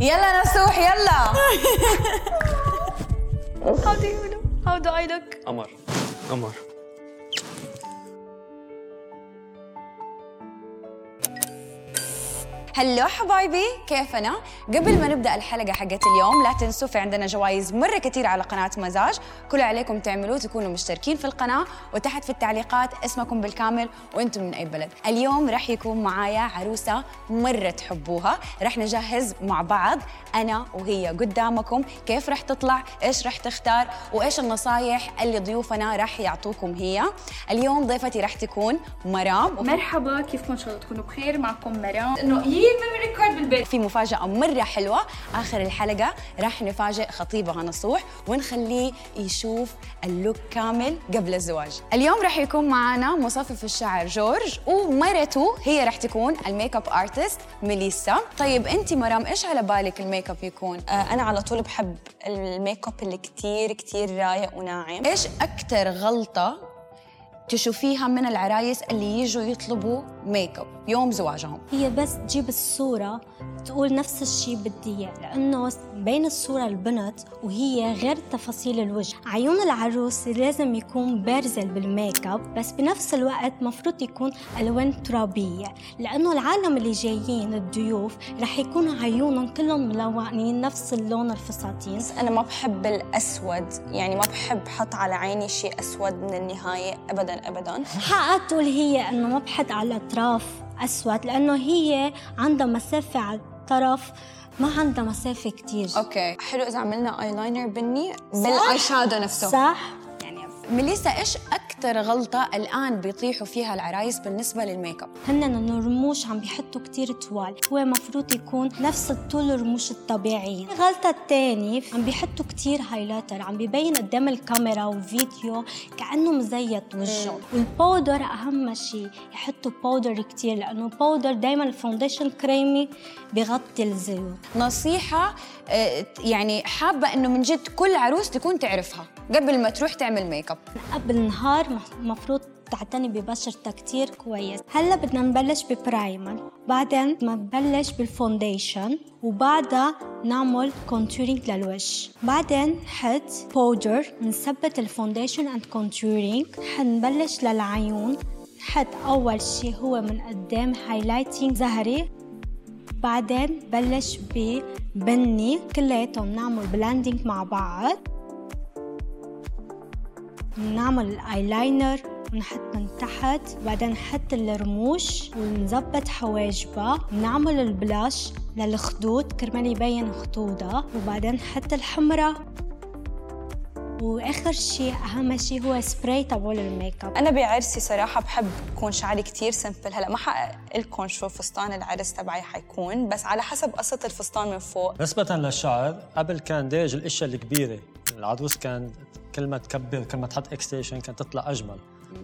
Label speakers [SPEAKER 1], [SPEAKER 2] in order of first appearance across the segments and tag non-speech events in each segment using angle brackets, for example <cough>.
[SPEAKER 1] يلا نسوح يلا
[SPEAKER 2] How do you look? How do I look?
[SPEAKER 3] قمر قمر
[SPEAKER 1] هلو حبايبي كيفنا؟ قبل ما نبدا الحلقه حقت اليوم لا تنسوا في عندنا جوائز مره كتير على قناه مزاج، كل عليكم تعملوه تكونوا مشتركين في القناه وتحت في التعليقات اسمكم بالكامل وانتم من اي بلد. اليوم راح يكون معايا عروسه مره تحبوها، راح نجهز مع بعض انا وهي قدامكم كيف راح تطلع، ايش راح تختار، وايش النصايح اللي ضيوفنا راح يعطوكم هي. اليوم ضيفتي راح تكون مرام
[SPEAKER 2] مرحبا كيفكم ان شاء الله تكونوا بخير معكم مرام انه يي ما ريكورد بالبيت
[SPEAKER 1] في مفاجأة مرة حلوة آخر الحلقة راح نفاجئ خطيبها نصوح ونخليه يشوف اللوك كامل قبل الزواج اليوم راح يكون معنا مصفف الشعر جورج ومرته هي راح تكون الميك اب ارتست ميليسا طيب انت مرام ايش على بالك الميك اب يكون
[SPEAKER 4] انا آه، على طول بحب الميك اب اللي كتير كتير رايق وناعم
[SPEAKER 1] ايش اكثر غلطة تشوفيها من العرايس اللي يجوا يطلبوا ميك اب يوم زواجهم
[SPEAKER 5] هي بس تجيب الصورة تقول نفس الشي بدي اياه لأنه بين الصورة البنت وهي غير تفاصيل الوجه عيون العروس لازم يكون بارزل بالميك اب بس بنفس الوقت مفروض يكون ألوان ترابية لأنه العالم اللي جايين الضيوف رح يكونوا عيونهم كلهم ملونين نفس اللون الفساتين
[SPEAKER 4] بس انا ما بحب الاسود يعني ما بحب حط على عيني شيء اسود من النهايه ابدا ابدا
[SPEAKER 5] حقها تقول هي انه ما بحط على اطراف اسود لانه هي عندها مسافه على الطرف ما عندها مسافه كتير
[SPEAKER 1] اوكي
[SPEAKER 4] حلو اذا عملنا ايلاينر بني
[SPEAKER 1] بالاي شادو نفسه
[SPEAKER 5] صح
[SPEAKER 1] يعني مليسا ايش اكثر غلطه الان بيطيحوا فيها العرايس بالنسبه للميك اب
[SPEAKER 5] هن انه الرموش عم بيحطوا كتير طوال هو مفروض يكون نفس الطول الرموش الطبيعي الغلطه الثانيه عم بيحطوا كتير هايلايتر عم بيبين قدام الكاميرا والفيديو كانه مزيت وجهه والباودر اهم شيء يحطوا باودر كتير لانه الباودر دائما الفونديشن كريمي بغطي الزيوت
[SPEAKER 1] نصيحه آه، يعني حابه انه من جد كل عروس تكون تعرفها قبل ما تروح تعمل ميك اب
[SPEAKER 5] قبل نهار مح- مفروض تعتني ببشرتها كتير كويس هلا بدنا نبلش ببرايمر بعدين ما نبلش بالفونديشن وبعدها نعمل كونتورينج للوجه بعدين نحط بودر نثبت الفونديشن اند كونتورينج حنبلش للعيون نحط اول شي هو من قدام هايلايتنج زهري بعدين بلش ببني كلياتهم نعمل بلاندينج مع بعض نعمل الايلاينر ونحط من تحت بعدين نحط الرموش ونظبط حواجبها نعمل البلاش للخدود كرمال يبين خدودها وبعدين نحط الحمرة واخر شيء اهم شيء هو سبراي تبول الميك اب
[SPEAKER 4] انا بعرسي صراحه بحب يكون شعري كتير سمبل هلا ما حقول لكم شو فستان العرس تبعي حيكون بس على حسب قصه الفستان من فوق
[SPEAKER 6] نسبة للشعر قبل كان دايج الاشياء الكبيرة العروس كان كل ما تكبر كل ما تحط اكستيشن كانت تطلع اجمل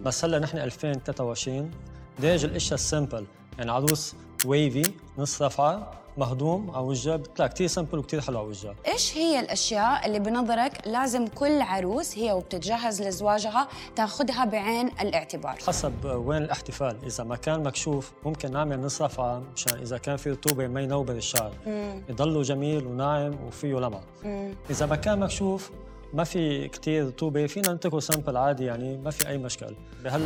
[SPEAKER 6] بس هلا نحن 2023 دايج الاشياء السمبل يعني عروس ويفي نص رفعة مهضوم على وجهها بتطلع كتير سمبل وكتير حلو على وجهها
[SPEAKER 1] ايش هي الاشياء اللي بنظرك لازم كل عروس هي وبتتجهز لزواجها تاخذها بعين الاعتبار
[SPEAKER 6] حسب وين الاحتفال اذا مكان مكشوف ممكن نعمل نص رفعة مشان اذا كان في رطوبة ما ينوبر الشعر يضله جميل وناعم وفيه لمعة اذا مكان مكشوف ما في كتير رطوبة فينا نتركه سامبل عادي يعني ما في أي مشكل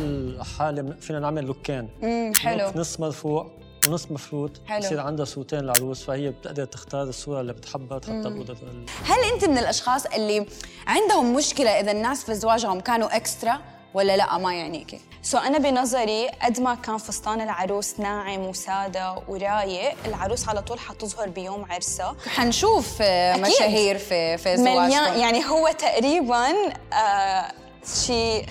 [SPEAKER 6] بهالحالة من- فينا نعمل لوكين
[SPEAKER 1] امم حلو
[SPEAKER 6] نص مرفوع ونص مفروت
[SPEAKER 1] حلو.
[SPEAKER 6] بصير عندها صورتين العروس فهي بتقدر تختار الصورة اللي بتحبها تحطها بأوضة ال-
[SPEAKER 1] <laughs> هل انت من الاشخاص اللي عندهم مشكله اذا الناس في زواجهم كانوا اكسترا ولا لا ما يعنيكي
[SPEAKER 4] سو انا بنظري قد ما كان فستان العروس ناعم وساده ورايق العروس على طول حتظهر بيوم عرسها
[SPEAKER 1] حنشوف آه،
[SPEAKER 4] أكيد.
[SPEAKER 1] مشاهير في في
[SPEAKER 4] مليان
[SPEAKER 1] زواجكم
[SPEAKER 4] يعني هو تقريبا آه شي 85%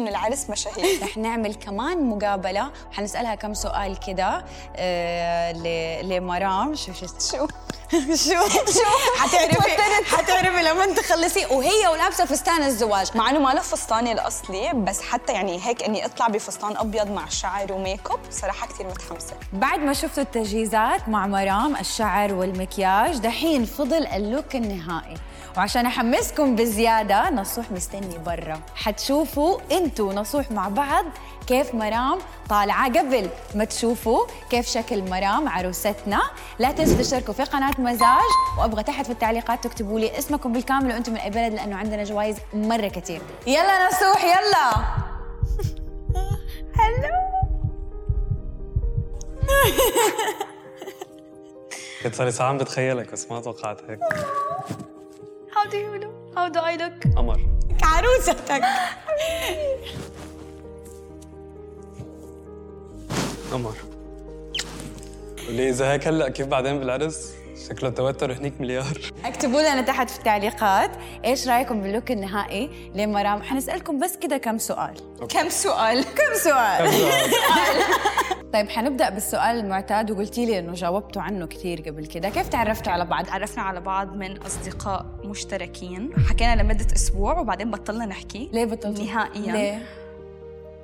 [SPEAKER 4] من العرس مشاهير <laughs>
[SPEAKER 1] رح نعمل كمان مقابلة حنسألها كم سؤال كده آه، ل- لمرام شو شو شو <laughs> شو شو حتعرفي حتعرفي لما تخلصي وهي ولابسة فستان الزواج
[SPEAKER 4] مع انه ما له فستاني الاصلي بس حتى يعني هيك اني اطلع بفستان ابيض مع شعر وميك اب صراحه كثير متحمسه
[SPEAKER 1] بعد ما شفتوا التجهيزات مع مرام الشعر والمكياج دحين فضل اللوك النهائي وعشان احمسكم بزياده نصوح مستني برا حتشوفوا انتوا ونصوح مع بعض كيف مرام طالعه قبل ما تشوفوا كيف شكل مرام عروستنا لا تنسوا تشتركوا في قناه مزاج وابغى تحت في التعليقات تكتبوا لي اسمكم بالكامل وانتم من اي بلد لانه عندنا جوائز مره كتير يلا نصوح يلا
[SPEAKER 3] كنت صار لي ساعة عم بتخيلك بس ما توقعت هيك
[SPEAKER 2] How do you look? How do I look?
[SPEAKER 3] قمر
[SPEAKER 4] عروستك
[SPEAKER 3] قمر قولي إذا هيك هلا كيف بعدين بالعرس؟ شكله التوتر هنيك مليار
[SPEAKER 1] اكتبوا لنا تحت في التعليقات ايش رايكم باللوك النهائي لمرام حنسالكم بس كده كم سؤال
[SPEAKER 4] كم سؤال
[SPEAKER 1] كم سؤال طيب حنبدا بالسؤال المعتاد وقلتي لي انه جاوبتوا عنه كثير قبل كده كيف تعرفتوا على بعض
[SPEAKER 4] تعرفنا على بعض من أصدقاء مشتركين حكينا لمدة أسبوع وبعدين بطلنا نحكي
[SPEAKER 1] ليه بطلتوا
[SPEAKER 4] نهائياً.
[SPEAKER 1] ليه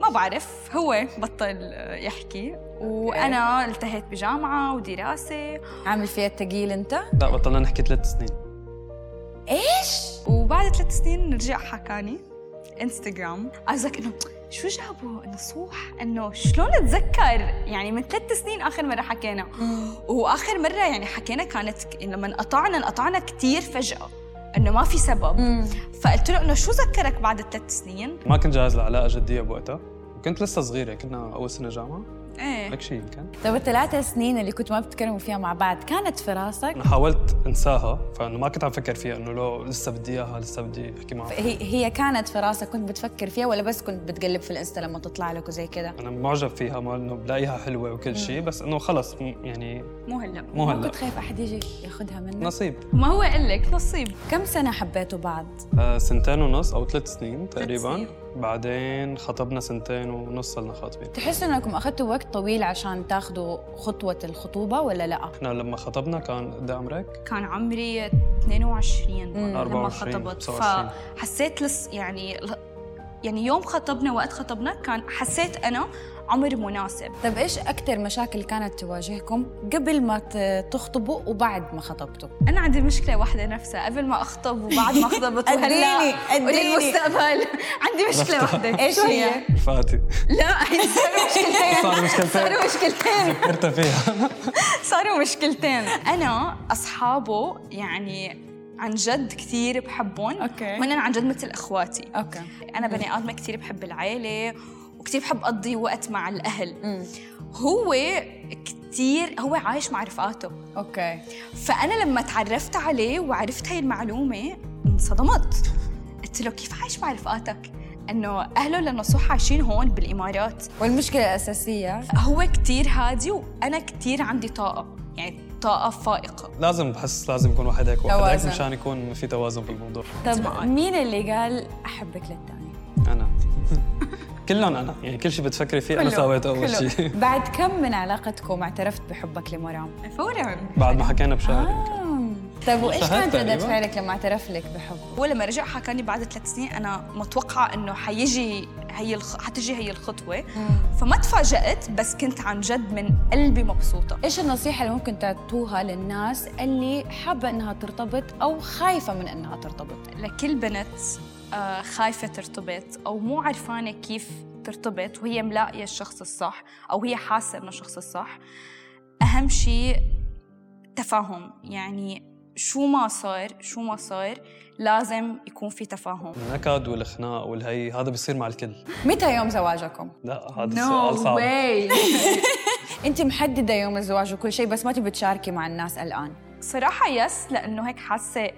[SPEAKER 4] ما بعرف هو بطل آه، يحكي وأنا التهيت بجامعة ودراسة
[SPEAKER 1] عامل فيها التقيل انت
[SPEAKER 3] لا بطلنا نحكي ثلاث سنين
[SPEAKER 1] ايش
[SPEAKER 4] وبعد ثلاث سنين رجع حكاني انستغرام قصدك انه شو جابه انه صوح انه شلون اتذكر يعني من ثلاث سنين اخر مره حكينا واخر مره يعني حكينا كانت ك- لما انقطعنا انقطعنا كثير فجاه انه ما في سبب فقلت له انه شو ذكرك بعد ثلاث سنين؟
[SPEAKER 3] ما كنت جاهز لعلاقة جدية بوقتها وكنت لسه صغيرة كنا أول سنة جامعة
[SPEAKER 4] ايه
[SPEAKER 2] إيه.
[SPEAKER 3] هيك شيء يمكن
[SPEAKER 1] طيب الثلاثة سنين اللي كنتوا ما بتتكلموا فيها مع بعض كانت في راسك
[SPEAKER 3] أنا حاولت أنساها فأنا ما كنت عم فكر فيها إنه لو لسه بدي إياها لسه بدي أحكي معها
[SPEAKER 1] هي هي كانت في راسك كنت بتفكر فيها ولا بس كنت بتقلب في الانستا لما تطلع لك وزي كده
[SPEAKER 3] أنا معجب فيها ما إنه بلاقيها حلوة وكل شيء بس إنه خلص م- يعني
[SPEAKER 4] مو هلا
[SPEAKER 3] مو
[SPEAKER 1] ما
[SPEAKER 3] هلا
[SPEAKER 1] كنت خايف احد يجي ياخذها منك
[SPEAKER 3] نصيب
[SPEAKER 4] ما هو قال لك نصيب
[SPEAKER 1] كم سنة حبيتوا بعض
[SPEAKER 3] آه، سنتين ونص أو ثلاث سنين تقريبا بعدين خطبنا سنتين ونص صرنا خاطبين
[SPEAKER 1] تحسوا انكم اخذتوا وقت طويل عشان تاخذوا خطوة الخطوبة ولا لا؟
[SPEAKER 3] احنا لما خطبنا كان قد عمرك؟
[SPEAKER 4] كان عمري 22 لما
[SPEAKER 3] 24
[SPEAKER 4] خطبت
[SPEAKER 3] 29.
[SPEAKER 4] فحسيت لس يعني يعني يوم خطبنا وقت خطبنا كان حسيت انا عمر مناسب
[SPEAKER 1] طيب ايش اكثر مشاكل كانت تواجهكم قبل ما ت- تخطبوا وبعد ما خطبتوا؟
[SPEAKER 4] انا عندي مشكله واحده نفسها قبل ما اخطب وبعد ما
[SPEAKER 2] <laughs>
[SPEAKER 4] خطبت
[SPEAKER 1] أديني-
[SPEAKER 4] وهلا
[SPEAKER 1] أديني.
[SPEAKER 4] وللمستقبل عندي مشكله واحده ايش هي
[SPEAKER 3] فاتي <laughs>
[SPEAKER 4] لا صاروا مشكلتين
[SPEAKER 3] صار مشكلتين
[SPEAKER 4] صاروا مشكلتين
[SPEAKER 3] فكرت فيها
[SPEAKER 4] صاروا مشكلتين انا اصحابه يعني عن جد كثير بحبهم
[SPEAKER 1] أوكي.
[SPEAKER 4] وهن عن جد مثل اخواتي
[SPEAKER 1] اوكي
[SPEAKER 4] انا بني ادمه كثير بحب العائله وكثير بحب اقضي وقت مع الاهل هو كثير هو عايش مع رفقاته
[SPEAKER 1] اوكي
[SPEAKER 4] فانا لما تعرفت عليه وعرفت هاي المعلومه انصدمت قلت له كيف عايش مع رفقاتك انه اهله للنصوح عايشين هون بالامارات
[SPEAKER 1] والمشكلة الأساسية
[SPEAKER 4] هو كثير هادي وانا كثير عندي طاقه يعني طاقه فائقه
[SPEAKER 3] لازم بحس لازم يكون واحد هيك واحد
[SPEAKER 1] توازن.
[SPEAKER 3] هيك مشان يكون في توازن بالموضوع
[SPEAKER 1] طب طيب، مين اللي قال أحبك للثاني؟
[SPEAKER 3] انا <laughs> كلهم انا يعني كل شيء بتفكري فيه انا
[SPEAKER 4] كله-
[SPEAKER 3] سويته اول
[SPEAKER 4] كله.
[SPEAKER 3] شيء <laughs>
[SPEAKER 1] بعد كم من علاقتكم اعترفت بحبك لمرام؟
[SPEAKER 4] فورا
[SPEAKER 3] بعد ما حكينا بشهر
[SPEAKER 1] طيب وإيش
[SPEAKER 3] شهادة
[SPEAKER 1] كانت ردة
[SPEAKER 3] تقريباً.
[SPEAKER 1] فعلك لما اعترف لك بحبه؟
[SPEAKER 4] هو لما رجع حكاني بعد ثلاث سنين انا متوقعه انه حيجي هي الخ... حتجي هي الخطوه فما تفاجات بس كنت عن جد من قلبي مبسوطه
[SPEAKER 1] إيش النصيحة اللي ممكن تعطوها للناس اللي حابة إنها ترتبط أو خايفة من إنها ترتبط؟
[SPEAKER 4] لكل بنت آه، خايفه ترتبط او مو عرفانه كيف ترتبط وهي ملاقيه الشخص الصح او هي حاسه انه الشخص الصح اهم شيء تفاهم يعني شو ما صار شو ما صار لازم يكون في تفاهم
[SPEAKER 3] النكد والخناق والهي هذا بيصير مع الكل
[SPEAKER 1] متى يوم زواجكم؟
[SPEAKER 3] لا هذا السؤال صعب
[SPEAKER 2] way.
[SPEAKER 1] انت محدده يوم الزواج وكل شيء بس ما تبي تشاركي مع الناس الان
[SPEAKER 4] صراحة يس لأنه هيك حاسة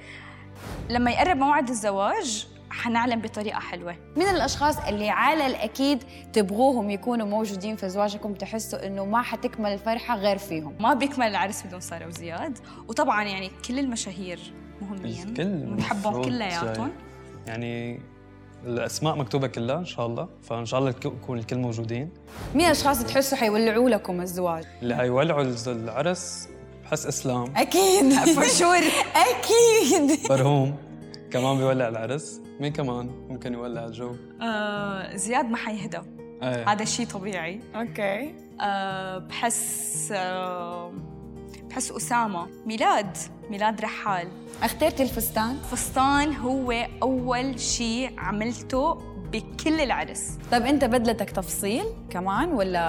[SPEAKER 4] لما يقرب موعد الزواج حنعلم بطريقة حلوة
[SPEAKER 1] من الاشخاص اللي على الاكيد تبغوهم يكونوا موجودين في زواجكم تحسوا انه ما حتكمل الفرحه غير فيهم
[SPEAKER 4] ما بيكمل العرس بدون سارة وزياد وطبعا يعني كل المشاهير مهمين
[SPEAKER 3] الكل
[SPEAKER 4] بنحبهم
[SPEAKER 3] مفروض
[SPEAKER 4] كلياتهم
[SPEAKER 3] جاي. يعني الاسماء مكتوبه كلها ان شاء الله فان شاء الله الك- يكون الكل موجودين
[SPEAKER 1] مين الاشخاص تحسوا حيولعوا لكم الزواج
[SPEAKER 3] اللي حيولعوا الز- العرس بحس اسلام
[SPEAKER 1] اكيد
[SPEAKER 4] <laughs>
[SPEAKER 1] فشور اكيد
[SPEAKER 3] برهوم كمان بيولع العرس مين كمان ممكن يولع الجو
[SPEAKER 4] آه زياد ما حيهدى
[SPEAKER 3] ايه
[SPEAKER 4] هذا شيء طبيعي
[SPEAKER 1] اوكي
[SPEAKER 4] آه بحس آه بحس أسامة ميلاد ميلاد رحال
[SPEAKER 1] اخترتي الفستان
[SPEAKER 4] فستان هو أول شيء عملته بكل العرس
[SPEAKER 1] طيب انت بدلتك تفصيل كمان ولا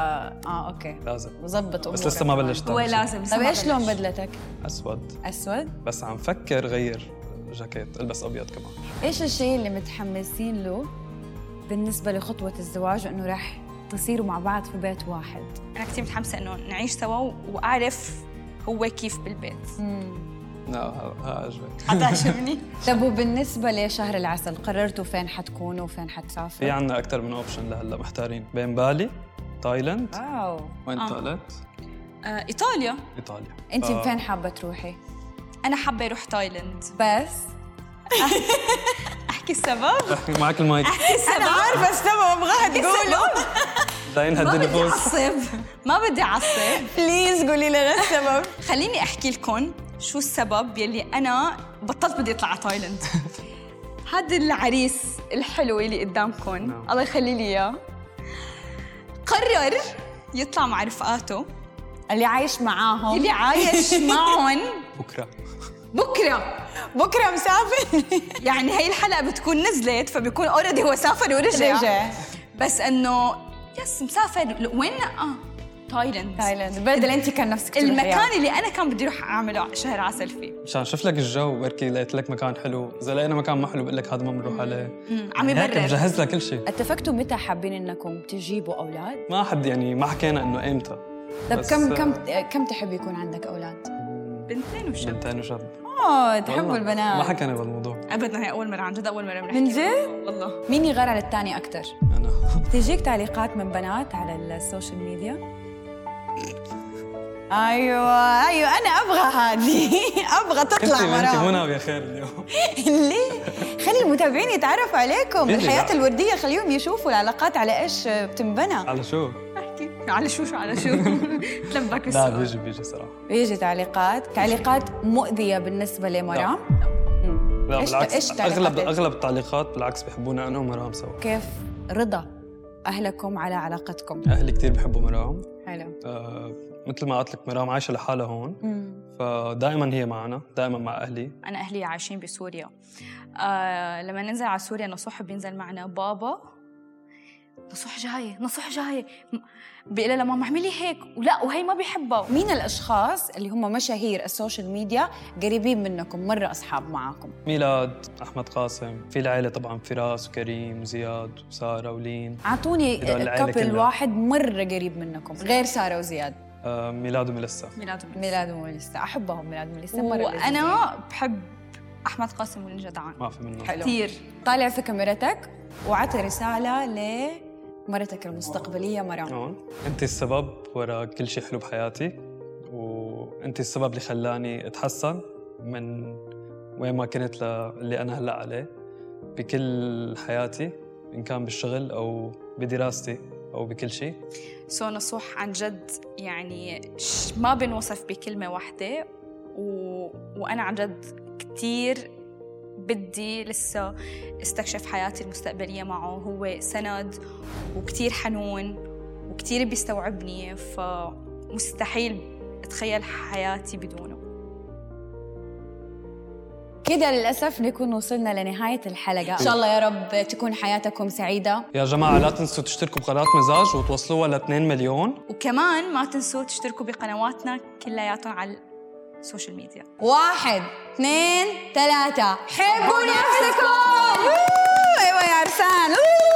[SPEAKER 1] اه اوكي
[SPEAKER 3] لازم
[SPEAKER 1] بظبط
[SPEAKER 3] بس لسه ما بلشت
[SPEAKER 4] هو
[SPEAKER 3] أعمل شي.
[SPEAKER 4] لازم
[SPEAKER 1] طيب ايش لون بدلتك
[SPEAKER 3] اسود
[SPEAKER 1] اسود
[SPEAKER 3] بس عم فكر غير جاكيت البس ابيض كمان
[SPEAKER 1] ايش الشيء اللي متحمسين له بالنسبه لخطوه الزواج وانه راح تصيروا مع بعض في بيت واحد
[SPEAKER 4] أنا كثير متحمسة إنه نعيش سوا وأعرف هو كيف بالبيت
[SPEAKER 1] <laughs>
[SPEAKER 3] لا ه- ها عجبك
[SPEAKER 4] هذا عجبني
[SPEAKER 1] طب وبالنسبه طيب، لشهر العسل قررتوا فين حتكونوا وفين حتسافروا
[SPEAKER 3] في عنا اكثر من اوبشن لهلا محتارين بين بالي تايلاند
[SPEAKER 1] واو
[SPEAKER 3] وين
[SPEAKER 4] آه.
[SPEAKER 3] ثالث
[SPEAKER 4] آه، إيطاليا
[SPEAKER 3] ايطاليا
[SPEAKER 1] انت
[SPEAKER 3] ف-
[SPEAKER 1] فين حابه تروحي
[SPEAKER 4] أنا حابة أروح تايلاند
[SPEAKER 1] بس
[SPEAKER 4] <laughs> أحكي السبب؟
[SPEAKER 3] معك
[SPEAKER 1] <laughs>
[SPEAKER 3] المايك
[SPEAKER 4] أنا عارفة السبب أبغاها تقول
[SPEAKER 3] داين هدي الفوز
[SPEAKER 4] أعصب ما بدي أعصب
[SPEAKER 1] بليز قولي لنا السبب
[SPEAKER 4] <laughs> خليني احكي لكم شو السبب يلي انا بطلت بدي اطلع على تايلاند هذا العريس الحلو اللي قدامكم
[SPEAKER 3] نعم.
[SPEAKER 4] الله يخلي لي اياه قرر يطلع مع رفقاته
[SPEAKER 1] اللي عايش معاهم
[SPEAKER 4] اللي <laughs> عايش معهم
[SPEAKER 3] بكره
[SPEAKER 4] بكره
[SPEAKER 1] بكره مسافر
[SPEAKER 4] <laughs> يعني هي الحلقه بتكون نزلت فبيكون اوريدي هو سافر ورجع
[SPEAKER 1] رجع.
[SPEAKER 4] بس انه يس مسافر وين اه تايلاند
[SPEAKER 1] تايلاند بدل انت كان نفسك تروحي
[SPEAKER 4] المكان اللي انا كان بدي اروح اعمله شهر عسل فيه
[SPEAKER 3] مشان شوف لك الجو بركي لقيت لك مكان حلو اذا لقينا مكان ما حلو بقول لك هذا ما بنروح عليه
[SPEAKER 4] أمم، عم
[SPEAKER 3] هيك
[SPEAKER 4] يبرر
[SPEAKER 3] مجهز لك كل شيء
[SPEAKER 1] اتفقتوا متى حابين انكم تجيبوا اولاد؟
[SPEAKER 3] ما حد يعني ما حكينا انه امتى
[SPEAKER 1] طب
[SPEAKER 3] بس- آه.
[SPEAKER 1] كم كم كم تحب يكون عندك اولاد؟
[SPEAKER 4] بنتين وشب
[SPEAKER 3] بنتين وشاب
[SPEAKER 1] اوه آه، تحبوا
[SPEAKER 3] والله، ما
[SPEAKER 1] البنات
[SPEAKER 3] حكينا بهالموضوع
[SPEAKER 4] ابدا هي اول مره عن جد اول مره بنحكي
[SPEAKER 1] من جد؟
[SPEAKER 4] والله
[SPEAKER 1] مين يغار على الثاني اكثر؟
[SPEAKER 3] انا
[SPEAKER 1] تجيك تعليقات من بنات على السوشيال ميديا؟ ايوه ايوه انا ابغى هذه <laughs> ابغى
[SPEAKER 3] <laughs> انت
[SPEAKER 1] تطلع
[SPEAKER 3] انت
[SPEAKER 1] وراهم
[SPEAKER 3] منى يا خير اليوم
[SPEAKER 1] <laughs> ليه؟ خلي المتابعين يتعرفوا عليكم
[SPEAKER 3] ليه؟
[SPEAKER 1] الحياه
[SPEAKER 3] لا.
[SPEAKER 1] الورديه خليهم يشوفوا العلاقات على ايش بتنبنى
[SPEAKER 3] على شو؟
[SPEAKER 4] احكي على شو شو على
[SPEAKER 1] <laughs>
[SPEAKER 4] شو <laughs> تلبك
[SPEAKER 3] لا
[SPEAKER 4] السؤال
[SPEAKER 3] بيجي بيجي صراحه
[SPEAKER 1] بيجي تعليقات تعليقات مؤذيه بالنسبه لمرام مم.
[SPEAKER 3] لا
[SPEAKER 1] إيش-
[SPEAKER 3] بالعكس
[SPEAKER 1] إيش
[SPEAKER 3] اغلب
[SPEAKER 1] تعليقاتك؟
[SPEAKER 3] اغلب التعليقات بالعكس بحبونا انا ومرام سوا
[SPEAKER 1] كيف رضا اهلكم على علاقتكم
[SPEAKER 3] اهلي كثير بحبوا مرام
[SPEAKER 1] حلو
[SPEAKER 3] آه مثل ما قلت لك مرام عايشه لحالها هون فدائما هي معنا دائما مع اهلي
[SPEAKER 4] انا اهلي عايشين بسوريا آه لما ننزل على سوريا نصوح بينزل معنا بابا نصوح جاي نصوح جاي م- بيقول لها ماما اعملي هيك ولا وهي ما بيحبها
[SPEAKER 1] مين الاشخاص اللي هم مشاهير السوشيال ميديا قريبين منكم مره اصحاب معاكم
[SPEAKER 3] ميلاد احمد قاسم في العيله طبعا فراس وكريم وزياد وساره ولين
[SPEAKER 1] اعطوني
[SPEAKER 3] هدول العيلة
[SPEAKER 1] كابل
[SPEAKER 3] كلها.
[SPEAKER 1] واحد مره قريب منكم غير ساره وزياد
[SPEAKER 3] آه ميلاد وميلسا
[SPEAKER 4] ميلاد
[SPEAKER 1] ميلاد وميليسا احبهم ميلاد وميليسا مره لذيذين.
[SPEAKER 4] وانا بحب احمد قاسم والجدعان
[SPEAKER 3] ما في منه
[SPEAKER 1] حلو.
[SPEAKER 4] كثير
[SPEAKER 1] طالع في كاميرتك وعطي رساله لمرتك المستقبليه مرام
[SPEAKER 3] هون انت السبب ورا كل شيء حلو بحياتي وانت السبب اللي خلاني اتحسن من وين ما كنت للي انا هلا عليه بكل حياتي ان كان بالشغل او بدراستي او بكل شيء
[SPEAKER 4] سو نصوح عن جد يعني ش- ما بنوصف بكلمة واحدة و... وأنا عن جد كتير بدي لسه استكشف حياتي المستقبلية معه هو سند وكتير حنون وكتير بيستوعبني فمستحيل أتخيل حياتي بدونه
[SPEAKER 1] كده للاسف نكون وصلنا لنهايه الحلقه ان شاء الله يا رب تكون حياتكم سعيده
[SPEAKER 3] يا جماعه لا تنسوا تشتركوا بقناه مزاج وتوصلوها ل 2 مليون
[SPEAKER 4] وكمان ما تنسوا تشتركوا بقنواتنا كلياتهم على السوشيال ميديا
[SPEAKER 1] واحد اثنين ثلاثة حبوا نفسكم أوه، ايوه أيوة يا عرسان أوه.